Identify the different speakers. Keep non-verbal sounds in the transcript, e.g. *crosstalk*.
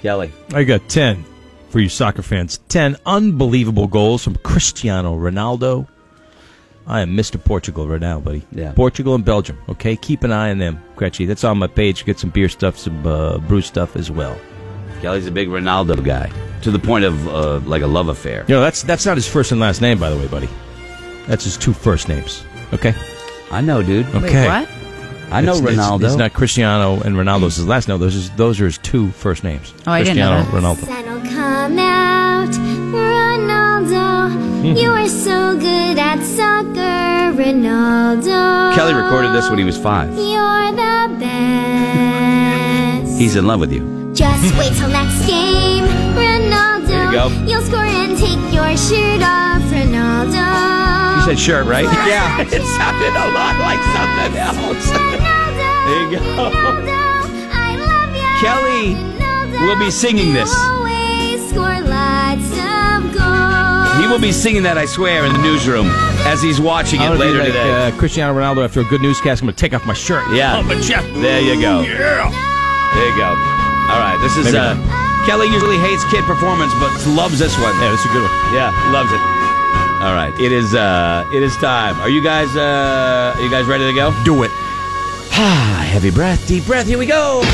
Speaker 1: Kelly.
Speaker 2: I got 10 for you soccer fans. 10 unbelievable goals from Cristiano Ronaldo. I am Mr. Portugal right now, buddy.
Speaker 1: Yeah.
Speaker 2: Portugal and Belgium, okay? Keep an eye on them, Gretchy. That's on my page. Get some beer stuff, some uh, brew stuff as well.
Speaker 1: Kelly's a big Ronaldo guy to the point of uh, like a love affair.
Speaker 2: You know, that's, that's not his first and last name, by the way, buddy. That's his two first names, okay?
Speaker 1: I know, dude.
Speaker 2: Okay.
Speaker 3: Wait, what?
Speaker 1: I know
Speaker 2: It's- it's-
Speaker 1: Ronaldo.
Speaker 2: It's, not Cristiano and Ronaldo's his last name. Those, is, those are his two first names.
Speaker 3: Oh, I didn't know
Speaker 2: Cristiano
Speaker 3: that.
Speaker 2: Ronaldo.
Speaker 4: Sun'll come out,
Speaker 1: Hmm.
Speaker 4: Ronaldo. you are so good at soccer, Ronaldo.
Speaker 1: Kelly recorded this when he was five.
Speaker 4: You're the best.
Speaker 1: He's in love with you.
Speaker 4: Just wait till next game, Ronaldo.
Speaker 1: There you go.
Speaker 4: will score and take your shirt off, Ronaldo.
Speaker 1: You said shirt, *laughs* right?
Speaker 4: Yeah.
Speaker 1: it sounded a lot like something else.
Speaker 4: Ronaldo.
Speaker 1: There you go.
Speaker 4: Ronaldo, I love you.
Speaker 1: Kelly
Speaker 4: Ronaldo,
Speaker 1: will be singing this.
Speaker 4: You always score lots of goals.
Speaker 1: He will be singing that, I swear, in the newsroom as he's watching it
Speaker 2: I'm gonna be
Speaker 1: later
Speaker 2: like,
Speaker 1: today.
Speaker 2: Uh, Cristiano Ronaldo after a good newscast. I'm going to take off my shirt.
Speaker 1: Yeah.
Speaker 2: Pump it, Jeff.
Speaker 1: There you go. There you go. All right, this is
Speaker 2: Maybe
Speaker 1: uh, Kelly usually hates kid performance, but loves this one.
Speaker 2: Yeah, that's a good one.
Speaker 1: Yeah, loves it. All right, it is uh, it is time. Are you guys uh, are you guys ready to go?
Speaker 2: Do it.
Speaker 1: Ah, heavy breath, deep breath. Here we go.